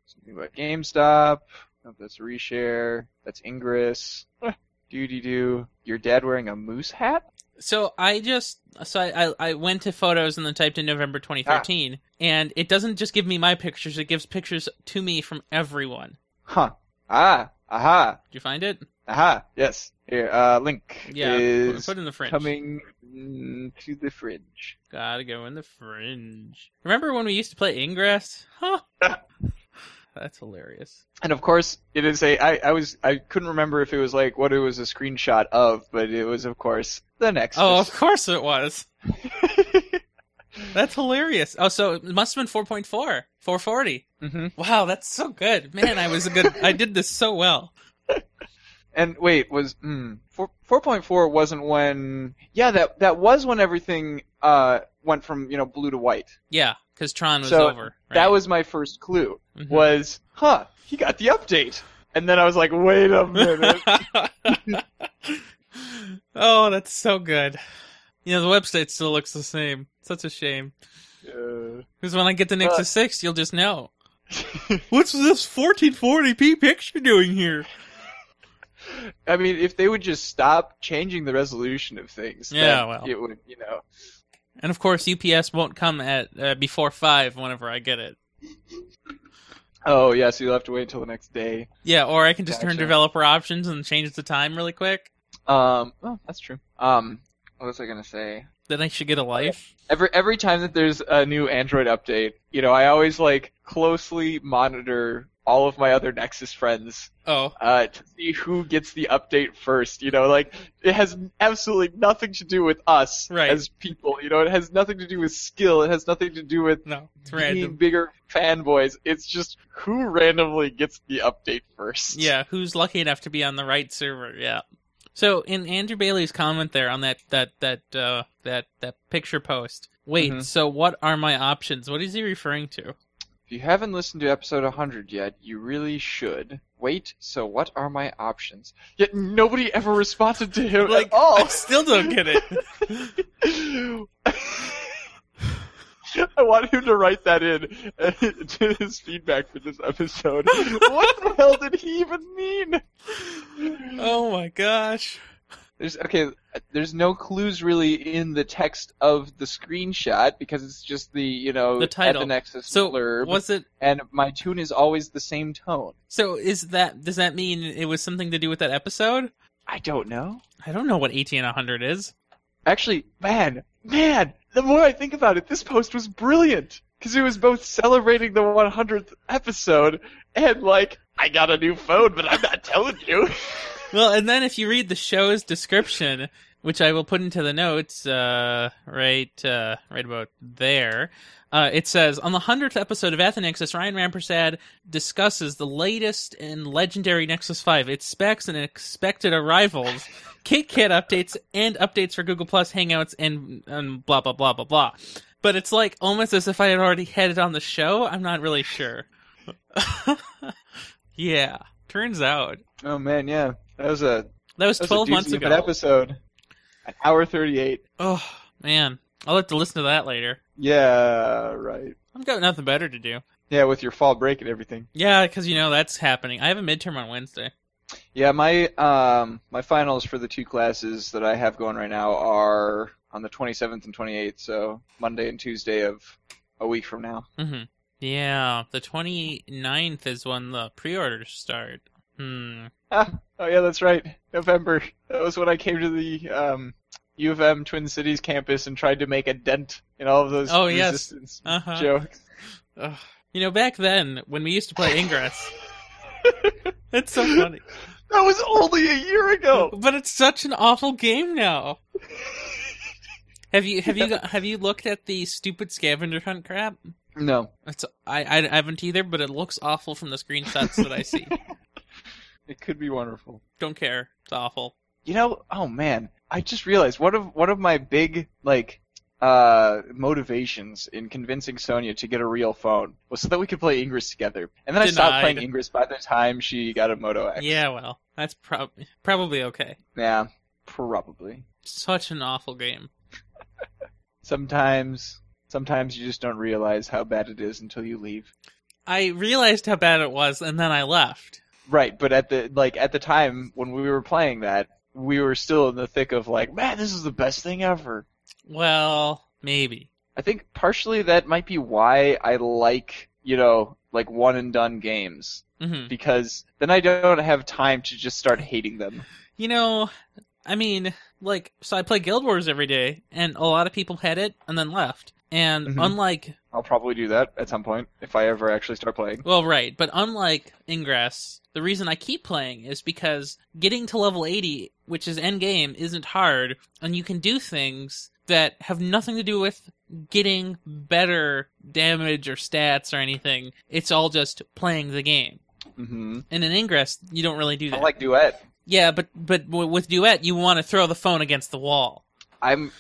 S4: Something about GameStop. Nope, that's Reshare. That's Ingress.
S2: Eh.
S4: Doody doo. Your dad wearing a moose hat?
S2: So I just so I, I I went to photos and then typed in November 2013,
S4: Ah.
S2: and it doesn't just give me my pictures; it gives pictures to me from everyone.
S4: Huh. Ah. Aha.
S2: Did you find it?
S4: Aha. Yes. Here. Uh, link
S2: Yeah,
S4: is
S2: put it in the fringe.
S4: coming mm, to the fridge.
S2: Gotta go in the fringe. Remember when we used to play Ingress?
S4: (laughs)
S2: Huh. That's hilarious.
S4: And of course, it is a. I, I was. I couldn't remember if it was like what it was a screenshot of, but it was of course the next.
S2: Oh, of course it was. That's hilarious. Oh, so it must have been 4.4, 440.
S4: hmm
S2: Wow, that's so good, man. I was a good. I did this so well.
S4: And wait, was mm, four four point four wasn't when? Yeah, that that was when everything uh went from you know blue to white.
S2: Yeah, because Tron was
S4: So,
S2: over. Right?
S4: That was my first clue.
S2: Mhm.
S4: (laughs) Was huh? He got the update, and then I was like, wait a
S2: (laughs)
S4: minute. (laughs)
S2: oh, that's so good. You know, the website still looks the same. Such a shame.
S4: Uh,
S2: Because when I get to Nexus 6, you'll just know. What's this 1440p picture doing here?
S4: I mean, if they would just stop changing the resolution of things, then
S2: Yeah, well.
S4: it would, you know.
S2: And of course, UPS won't come at uh, before 5 whenever I get it.
S4: Oh yeah, so you'll have to wait until the next day.
S2: Yeah, or I can just turn
S4: Gotcha.
S2: developer options and change the time really quick.
S4: Um, oh, that's true. Um, what was I gonna say?
S2: Then I should get a life.
S4: Every every time that there's a new Android update, you know, I always like closely monitor all of my other Nexus friends
S2: Oh.
S4: uh, to see who gets the update first. You know, like it has absolutely nothing to do with us
S2: Right.
S4: as people. You know, it has nothing to do with skill. It has nothing to do with
S2: No, it's
S4: being
S2: random.
S4: bigger fanboys. It's just who randomly gets the update first.
S2: Yeah, who's lucky enough to be on the right server? Yeah. So in Andrew Bailey's comment there on that that that uh, that that picture post. Wait,
S4: Mhm.
S2: so what are my options? What is he referring to?
S4: If you haven't listened to episode 100 yet, you really should. Wait, so what are my options? Yet nobody ever responded to him
S2: Like,
S4: at all.
S2: I still don't get
S4: (laughs)
S2: it.
S4: I want him to write that in (laughs) uh, to his feedback for this episode. (laughs) what the hell did he even mean?
S2: oh my gosh.
S4: There's okay. There's no clues really in the text of the screenshot because it's just the you know
S2: The title.
S4: at the Nexus
S2: So
S4: blurb,
S2: was it
S4: and my tune is always the same tone.
S2: so is that does that mean it was something to do with that episode?
S4: I don't know.
S2: I don't know what 18 and 100 is.
S4: Actually, man, man, the more I think about it, this post was brilliant because it was both celebrating the 100th episode and like I got a new phone, but I'm not telling you.
S2: Well, and then if you read the show's description, which I will put into the notes, uh, right, uh, right about there, uh, it says on the hundredth episode of Athenexus, Ryan Rampersad discusses the latest and legendary Nexus Five, its specs and expected arrivals, KitKat updates, and updates for Google Plus Hangouts, and, and blah blah blah blah blah. But it's like almost as if I had already had it on the show. I'm not really sure. (laughs) yeah, turns out.
S4: (laughs) oh man, yeah, that was a
S2: That was
S4: that was
S2: 12
S4: a
S2: months
S4: doozy of
S2: ago.
S4: an episode, an hour 38.
S2: Oh, man. I'll have to listen to that later.
S4: Yeah, right.
S2: I've got nothing better to do.
S4: Yeah, with your fall break and everything.
S2: Yeah, because, you know, that's happening. I have a midterm on Wednesday.
S4: Yeah, my um my finals for the two classes that I have going right now are on the 27th and 28th, so Monday and Tuesday of a week from now.
S2: hmm Yeah, the 29th is when the pre orders start. Hmm.
S4: Oh yeah, that's right. November. That was when I came to the um U of M Twin Cities campus and tried to make a dent in all of those
S2: Oh, yes.
S4: resistance
S2: Uh-huh.
S4: jokes.
S2: Ugh. You know, back then, when we used to play Ingress, it's so funny.
S4: That was only a year ago.
S2: But it's such an awful game now. Have you have you got, have you looked at the stupid scavenger hunt crap?
S4: No.
S2: It's I, I haven't either, but it looks awful from the screenshots that I see.
S4: It could be wonderful.
S2: Don't care. It's awful.
S4: You know, oh man, I just realized one of one of my big like uh motivations in convincing Sonia to get a real phone was so that we could play Ingress together. And then I stopped
S2: Denied.
S4: playing Ingress by the time she got a Moto X.
S2: Yeah, well, that's prob- probably okay.
S4: Yeah, probably.
S2: Such an awful game.
S4: Sometimes sometimes you just don't realize how bad it is until you leave.
S2: I realized how bad it was, and then I left.
S4: Right, but at the like at the time when we were playing that, we were still in the thick of like, man, this is the best thing ever.
S2: Well, maybe.
S4: I think partially that might be why I like, you know, like one and done games
S2: hmm
S4: because then I don't have time to just start hating them.
S2: You know, I mean, like, so I play Guild Wars every day, and a lot of people had it and then left. And
S4: Mhm.
S2: unlike
S4: I'll probably do that at some point if I ever actually start playing.
S2: Well, right, but unlike Ingress, the reason I keep playing is because getting to level 80, which is endgame, isn't hard, and you can do things that have nothing to do with getting better damage or stats or anything. It's all just playing the game.
S4: hmm
S2: And in Ingress, you don't really do
S4: I
S2: that.
S4: like duet.
S2: yeah, but but w- with Duet, you want to throw the phone against the wall.
S4: I'm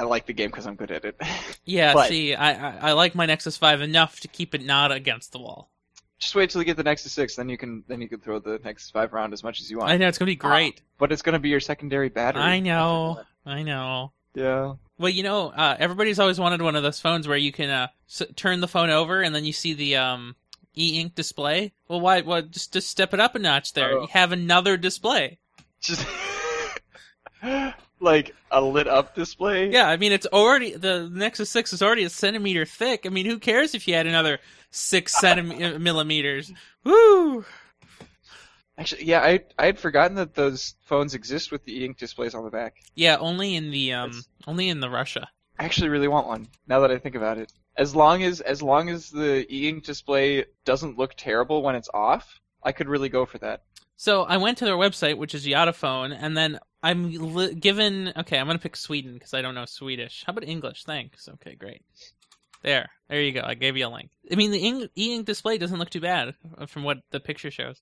S4: I like the game because I'm good at it. (laughs)
S2: Yeah,
S4: But-
S2: see, I, I I like my Nexus Five enough to keep it not against the wall.
S4: just wait till you get the Nexus six, then you can then you can throw the Nexus five around as much as you want.
S2: I know it's gonna be
S4: Ah,
S2: great.
S4: But it's gonna be your secondary battery.
S2: I know, I know.
S4: Yeah. (laughs)
S2: Well, you know, uh, everybody's always wanted one of those phones where you can uh, s- turn the phone over and then you see the um, e-ink display. Well, why? Well, just just step it up a notch there.
S4: Oh.
S2: You have another display.
S4: Just (laughs) like a lit up display.
S2: Yeah, I mean, it's already the Nexus Six is already a centimeter thick. I mean, who cares if you had another six centimeters millimeters? Woo!
S4: Actually, yeah, I I had forgotten that those phones exist with the e-ink displays on the back.
S2: Yeah, only in the um,
S4: That's-
S2: only in the Russia.
S4: I actually really want one now that I think about it. As long as as long as the e-ink display doesn't look terrible when it's off, I could really go for that.
S2: So I went to their website, which is Yotaphone, and then I'm li- given. Okay, I'm gonna pick Sweden because I don't know Swedish. How about English? Thanks. Okay, great. There, there you go. I gave you a link. I mean, the ing- e-ink display doesn't look too bad uh, from what the picture shows.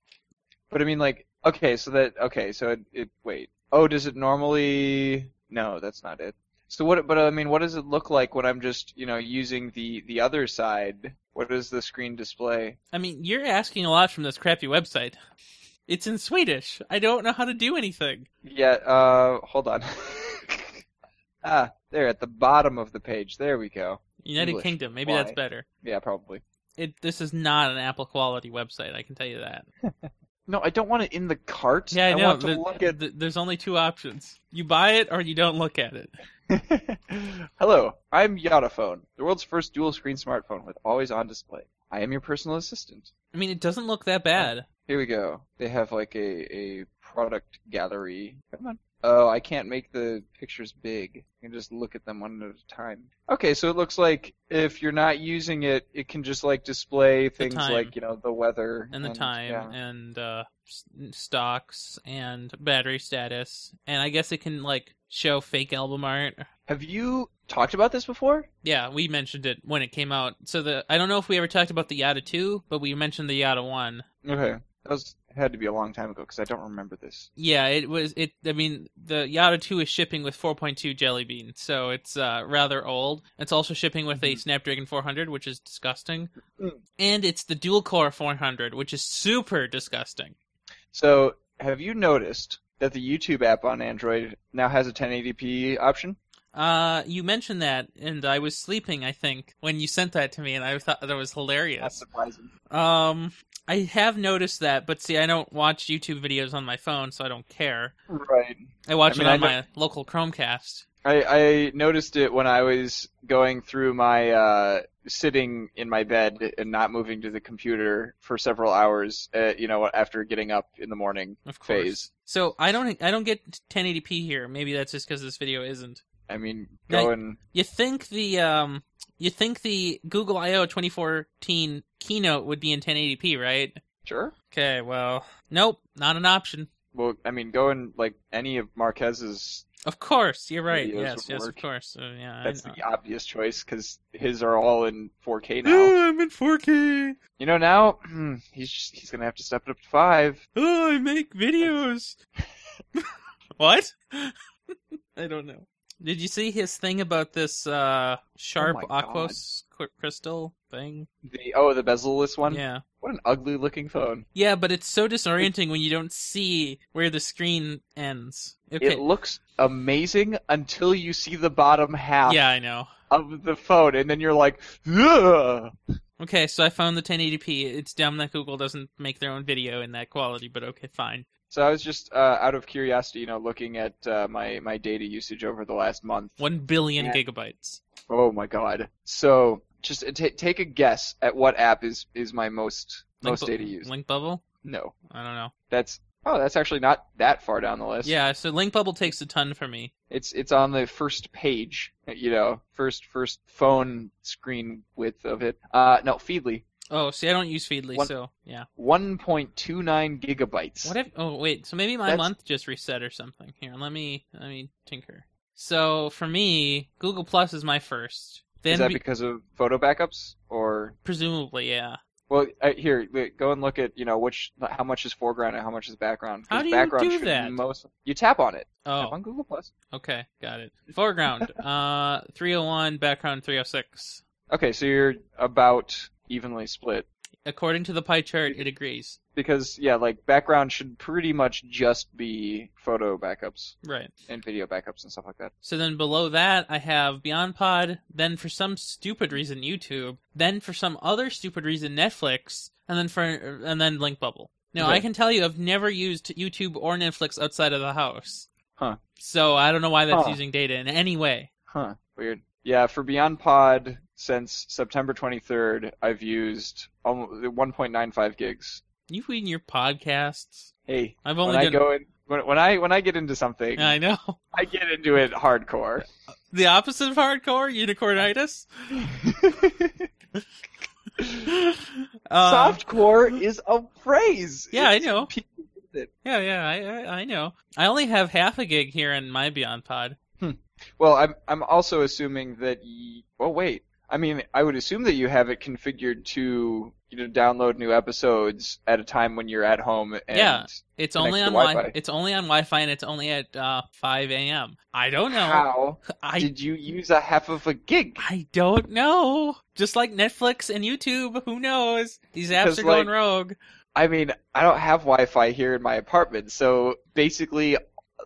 S4: But I mean, like, okay, so that okay, so it, it wait, Oh, does it normally? No, that's not it. So what? But I mean, what does it look like when I'm just you know using the the other side? What does the screen display?
S2: I mean, you're asking a lot from this crappy website. It's in Swedish. I don't know how to do anything.
S4: Yeah. Uh, hold on. (laughs) ah, there at the bottom of the page. There we go.
S2: United
S4: English.
S2: Kingdom, maybe
S4: Why?
S2: that's better.
S4: Yeah, probably.
S2: It this is not an Apple quality website, I can tell you that.
S4: No, I don't want it in the cart.
S2: Yeah, I know.
S4: want to
S2: there-
S4: look at.
S2: th- there's only two options. You buy it or you don't look at it.
S4: (laughs) Hello, I'm Yotaphone, the world's first dual-screen smartphone with always-on display. I am your personal assistant.
S2: I mean, it doesn't look that bad.
S4: Here we go. They have like a, a product gallery. Come on. Oh, I can't make the pictures big. You can just look at them one at a time. Okay, so it looks like if you're not using it, it can just like display things
S2: time.
S4: like, you know, the weather
S2: And the time
S4: yeah.
S2: and uh, s- stocks and battery status. And I guess it can like show fake album art.
S4: Have you talked about this before?
S2: Yeah, we mentioned it when it came out. So the I don't know if we ever talked about the Yada 2, but we mentioned the Yada 1.
S4: Okay. That was had to be a long time ago because I don't remember this.
S2: Yeah, it was it I mean, the Yada 2 is shipping with 4.2 Jelly Bean, so it's uh, rather old. It's also shipping with a
S4: Mhm.
S2: Snapdragon 400, which is disgusting.
S4: Mm.
S2: And it's the dual core 400, which is super disgusting.
S4: So, have you noticed that the YouTube app on Android now has a 1080p option?
S2: Uh, you mentioned that, and I was sleeping, I think, when you sent that to me, and I thought that was
S4: That's
S2: hilarious.
S4: surprising.
S2: Um, I have noticed that, but see, I don't watch YouTube videos on my phone, so I don't care.
S4: Right.
S2: I watch
S4: I mean,
S2: it
S4: I
S2: on
S4: know-
S2: my local Chromecast.
S4: I, I noticed it when I was going through my uh, sitting in my bed and not moving to the computer for several hours. Uh, you know, after getting up in the morning
S2: Of course.
S4: phase.
S2: So I don't, I don't get 1080p here. Maybe that's just because this video isn't.
S4: I mean,
S2: Now,
S4: going.
S2: You think the um, you think the Google I/O 2014 keynote would be in 1080p, right?
S4: Sure.
S2: Okay, well, nope, not an option.
S4: Well, I mean, going like any of Marquez's.
S2: Of course, you're right.
S4: Videos
S2: yes,
S4: would
S2: yes,
S4: work.
S2: of course. Uh, yeah, I
S4: That's
S2: know.
S4: the obvious choice because his are all in
S2: (laughs)
S4: 4K now.
S2: Oh, I'm in 4K.
S4: you know, now (clears throat) he's just, he's gonna have to step it up to five.
S2: Oh, I make videos. (laughs) what? (laughs) I don't know. Did you see his thing about this uh, sharp
S4: my God.
S2: aquos qu- crystal thing?
S4: The oh, the bezel-less one.
S2: Yeah.
S4: What an ugly looking phone.
S2: Yeah, but it's so disorienting when you don't see where the screen ends. Okay.
S4: It looks amazing until you see the bottom half.
S2: yeah, I know.
S4: of the phone, and then you're like, Ugh!
S2: Okay, so I found the 1080p. It's dumb that Google doesn't make their own video in that quality, but okay, fine.
S4: So I was just uh, out of curiosity, you know, looking at uh, my my data usage over the last month.
S2: One billion
S4: Yeah.
S2: gigabytes.
S4: Oh my god! So just t- take a guess at what app is is my most most
S2: bu-
S4: data used.
S2: Link bubble?
S4: No,
S2: I don't know.
S4: that's oh, that's actually not that far down the list.
S2: Yeah, so link bubble takes a ton for me.
S4: it's it's on the first page, you know, first first phone screen width of it. Uh, no, Feedly.
S2: Oh, see, I don't use Feedly,
S4: One-
S2: so yeah.
S4: 1.29 gigabytes.
S2: What if? Oh, wait. So maybe my
S4: That's-
S2: month just reset or something. Here, let me let me tinker. So for me, Google Plus is my first. Then
S4: Is that
S2: be-
S4: because of photo backups or
S2: presumably, yeah.
S4: Well, uh, here, wait, go and look at you know which how much is foreground and how much is background. 'cause
S2: How do you
S4: background
S2: do
S4: should be
S2: that?
S4: Most you tap on it. Tap
S2: Oh,
S4: on Google Plus.
S2: okay, got it. Foreground,
S4: (laughs)
S2: uh, three hundred one, background three hundred six.
S4: Okay, so you're about evenly split
S2: According to the pie chart, it agrees.
S4: because yeah, like background should pretty much just be photo backups
S2: Right.
S4: and video backups and stuff like that.
S2: So then below that, I have Beyond Pod. Then for some stupid reason, YouTube. Then for some other stupid reason, Netflix. And then for and then Linkbubble. Now
S4: Okay.
S2: I can tell you, I've never used YouTube or Netflix outside of the house.
S4: Huh.
S2: So I don't know why that's
S4: Huh.
S2: using data in any way.
S4: Huh. Weird. Yeah, for Beyond Pod since September 23rd, I've used almost 1.95 gigs.
S2: You reading your podcasts?
S4: Hey,
S2: I've
S4: when
S2: only
S4: I
S2: done.
S4: go in, when, when I when I get into
S2: (laughs)
S4: something,
S2: I know (laughs)
S4: I get into it hardcore.
S2: the opposite of hardcore
S4: (laughs)
S2: unicornitis. Um,
S4: Softcore is a phrase.
S2: Yeah, I
S4: It's-
S2: know.
S4: pe-
S2: Yeah, yeah, I, I, I know. I only have half a gig here in my Beyond Pod.
S4: Well, I'm I'm also assuming that. Y- oh wait, I mean, I would assume that you have it configured to you know download new episodes at a time when you're at home and
S2: Yeah. It's
S4: Connect
S2: only
S4: to
S2: on
S4: Wi-Fi.
S2: Wi. It's only on Wi-Fi, and it's only at uh, 5 a.m. I don't know.
S4: how
S2: I
S4: did you use a half of a gig?
S2: I don't know. Just like Netflix and YouTube, who knows? These apps
S4: Because,
S2: are going
S4: like-
S2: rogue.
S4: I mean, I don't have Wi-Fi here in my apartment, so basically,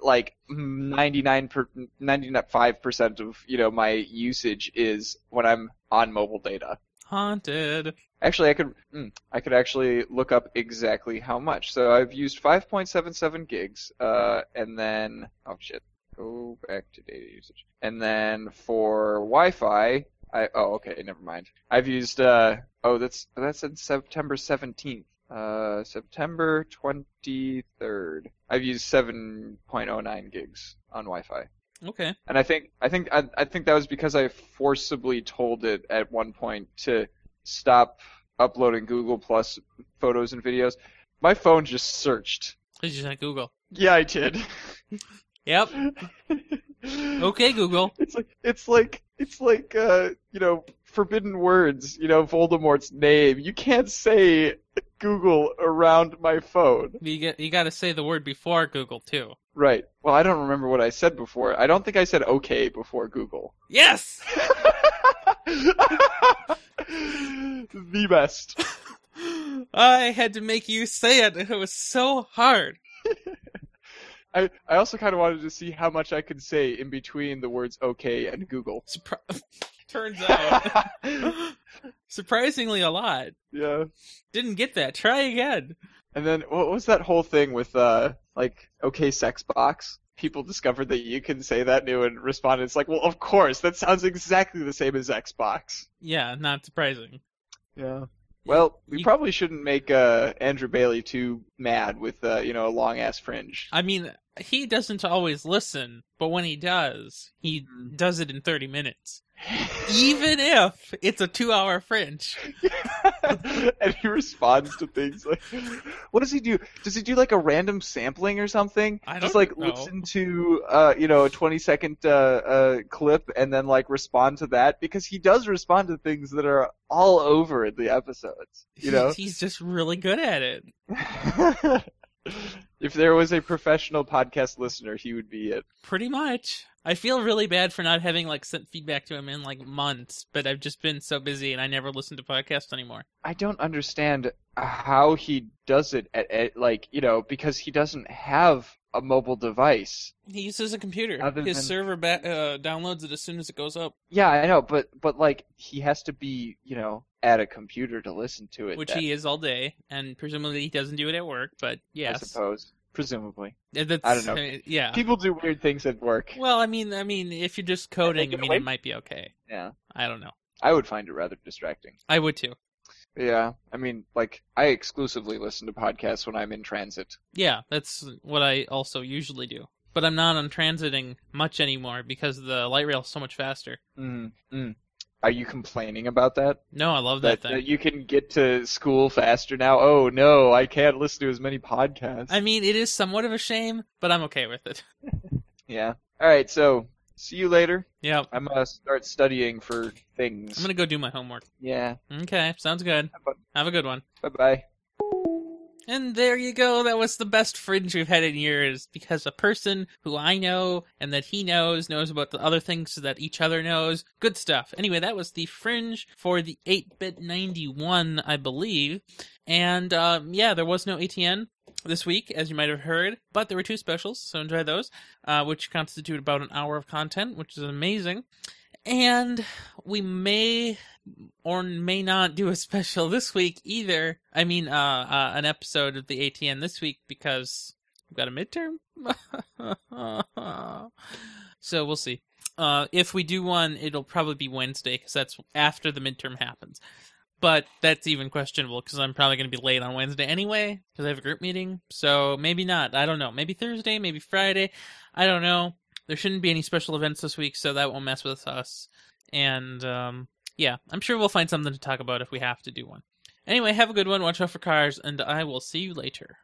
S4: like ninety nine per ninety five percent of you know my usage is when I'm on mobile data.
S2: Haunted.
S4: Actually, I could mm, I could actually look up exactly how much. So I've used five point seven seven gigs, uh, and then oh shit, go back to data usage, and then for Wi-Fi, I oh okay, never mind. I've used uh oh that's that's in September seventeenth. Uh, September 23rd. I've used 7.09 gigs on Wi-Fi.
S2: Okay.
S4: And I think I think I, I think that was because I forcibly told it at one point to stop uploading Google Plus photos and videos. My phone just searched.
S2: It's just on Google.
S4: Yeah, I did.
S2: Yep. Okay, Google.
S4: It's like it's like it's like uh, you know forbidden words. You know Voldemort's name. You can't say Google around my phone.
S2: You get. You got to say the word before Google too.
S4: Right. Well, I don't remember what I said before. I don't think I said okay before Google.
S2: Yes. (gasps)
S4: the best.
S2: I had to make you say it. It was so hard.
S4: I, I also kind of wanted to see how much I could say in between the words okay
S2: (laughs)
S4: and Google.
S2: Surpri- Turns
S4: (laughs)
S2: out, (laughs)
S4: yeah.
S2: surprisingly, a lot. Didn't get that. Try again.
S4: And then what was that whole thing with uh like okay sex box? People discovered that you can say that new and responded. It's like, well, of course, that sounds exactly the same as Xbox.
S2: Yeah, not surprising.
S4: Yeah. Well, we
S2: You-
S4: probably shouldn't make uh, Andrew Bailey too mad with uh, you know a long ass fringe.
S2: I mean, he doesn't always listen, but when he does, he
S4: (laughs)
S2: does it in 30 minutes. Even if it's a two hour French.
S4: (laughs) and he responds to things like, "What does he do? Does he do like a random sampling or something?
S2: I
S4: Just
S2: don't
S4: like
S2: know.
S4: listen to uh, you know a twenty second uh, uh, clip and then like respond to that because he does respond to things that are all over the episodes. You
S2: (laughs)
S4: know, (laughs)
S2: He's, he's just really good at it.
S4: if there was a professional podcast listener, he would be it.
S2: Pretty much. I feel really bad for not having like sent feedback to him in like months, but I've just been so busy and I never listen to podcasts anymore.
S4: I don't understand how he does it at, at like you know because he doesn't have a mobile device.
S2: He uses a computer.
S4: Other
S2: His
S4: than-
S2: server ba- uh, downloads it as soon as it goes up,
S4: Yeah, I know, but but like he has to be, you know, at a computer to listen to it.
S2: which
S4: then,
S2: he is all day, and presumably he doesn't do it at work. But
S4: uh I
S2: yes,
S4: suppose, presumably.
S2: Uh, that's
S4: I don't know.
S2: mean, yeah.
S4: People do weird things at work.
S2: Well, I mean, I mean, if you're just coding, I
S4: Take it
S2: mean,
S4: away.
S2: it might be okay.
S4: Yeah,
S2: I don't know.
S4: I would find it rather distracting.
S2: I would too.
S4: Yeah, I mean, like I exclusively listen to podcasts when I'm in transit.
S2: Yeah, that's what I also usually do. But I'm not on transiting much anymore because the light rail's so much faster.
S4: Mm. Mm. Are you complaining about that?
S2: No, I love that, thing.
S4: that you can get to school faster now? Oh no, I can't listen to as many podcasts.
S2: I mean, it is somewhat of a shame, but I'm okay with it. (laughs)
S4: Yeah. All right, so see you later.
S2: Yeah,
S4: I'm gonna start studying for things.
S2: I'm gonna go do my homework.
S4: Yeah.
S2: Okay, sounds good.
S4: about-
S2: Have a good one.
S4: Bye bye.
S2: And there you go. That was the best fringe we've had in years because a person who I know and that he knows knows about the other things that each other knows. Good stuff. Anyway, that was the fringe for the 8 bit 91, I believe. And um, yeah, there was no ATN this week, as you might have heard, but there were two specials, so enjoy those, uh, which constitute about an hour of content, which is amazing. And we may or may not do a (laughs) special this week either. I mean, uh, uh an episode of the ATN this week because we've got a midterm. (laughs) so we'll see. Uh, if we do one, it'll probably be Wednesday because that's after the midterm happens. But that's even questionable because I'm probably going to be late on Wednesday anyway because I have a group meeting. So maybe not. I don't know. Maybe Thursday, maybe Friday. I don't know. There shouldn't be any special events this week, so that won't mess with us. And um, yeah, I'm sure we'll find something to talk about if we have to do one. Anyway, have a good one. Watch out for cars, and I will see you later.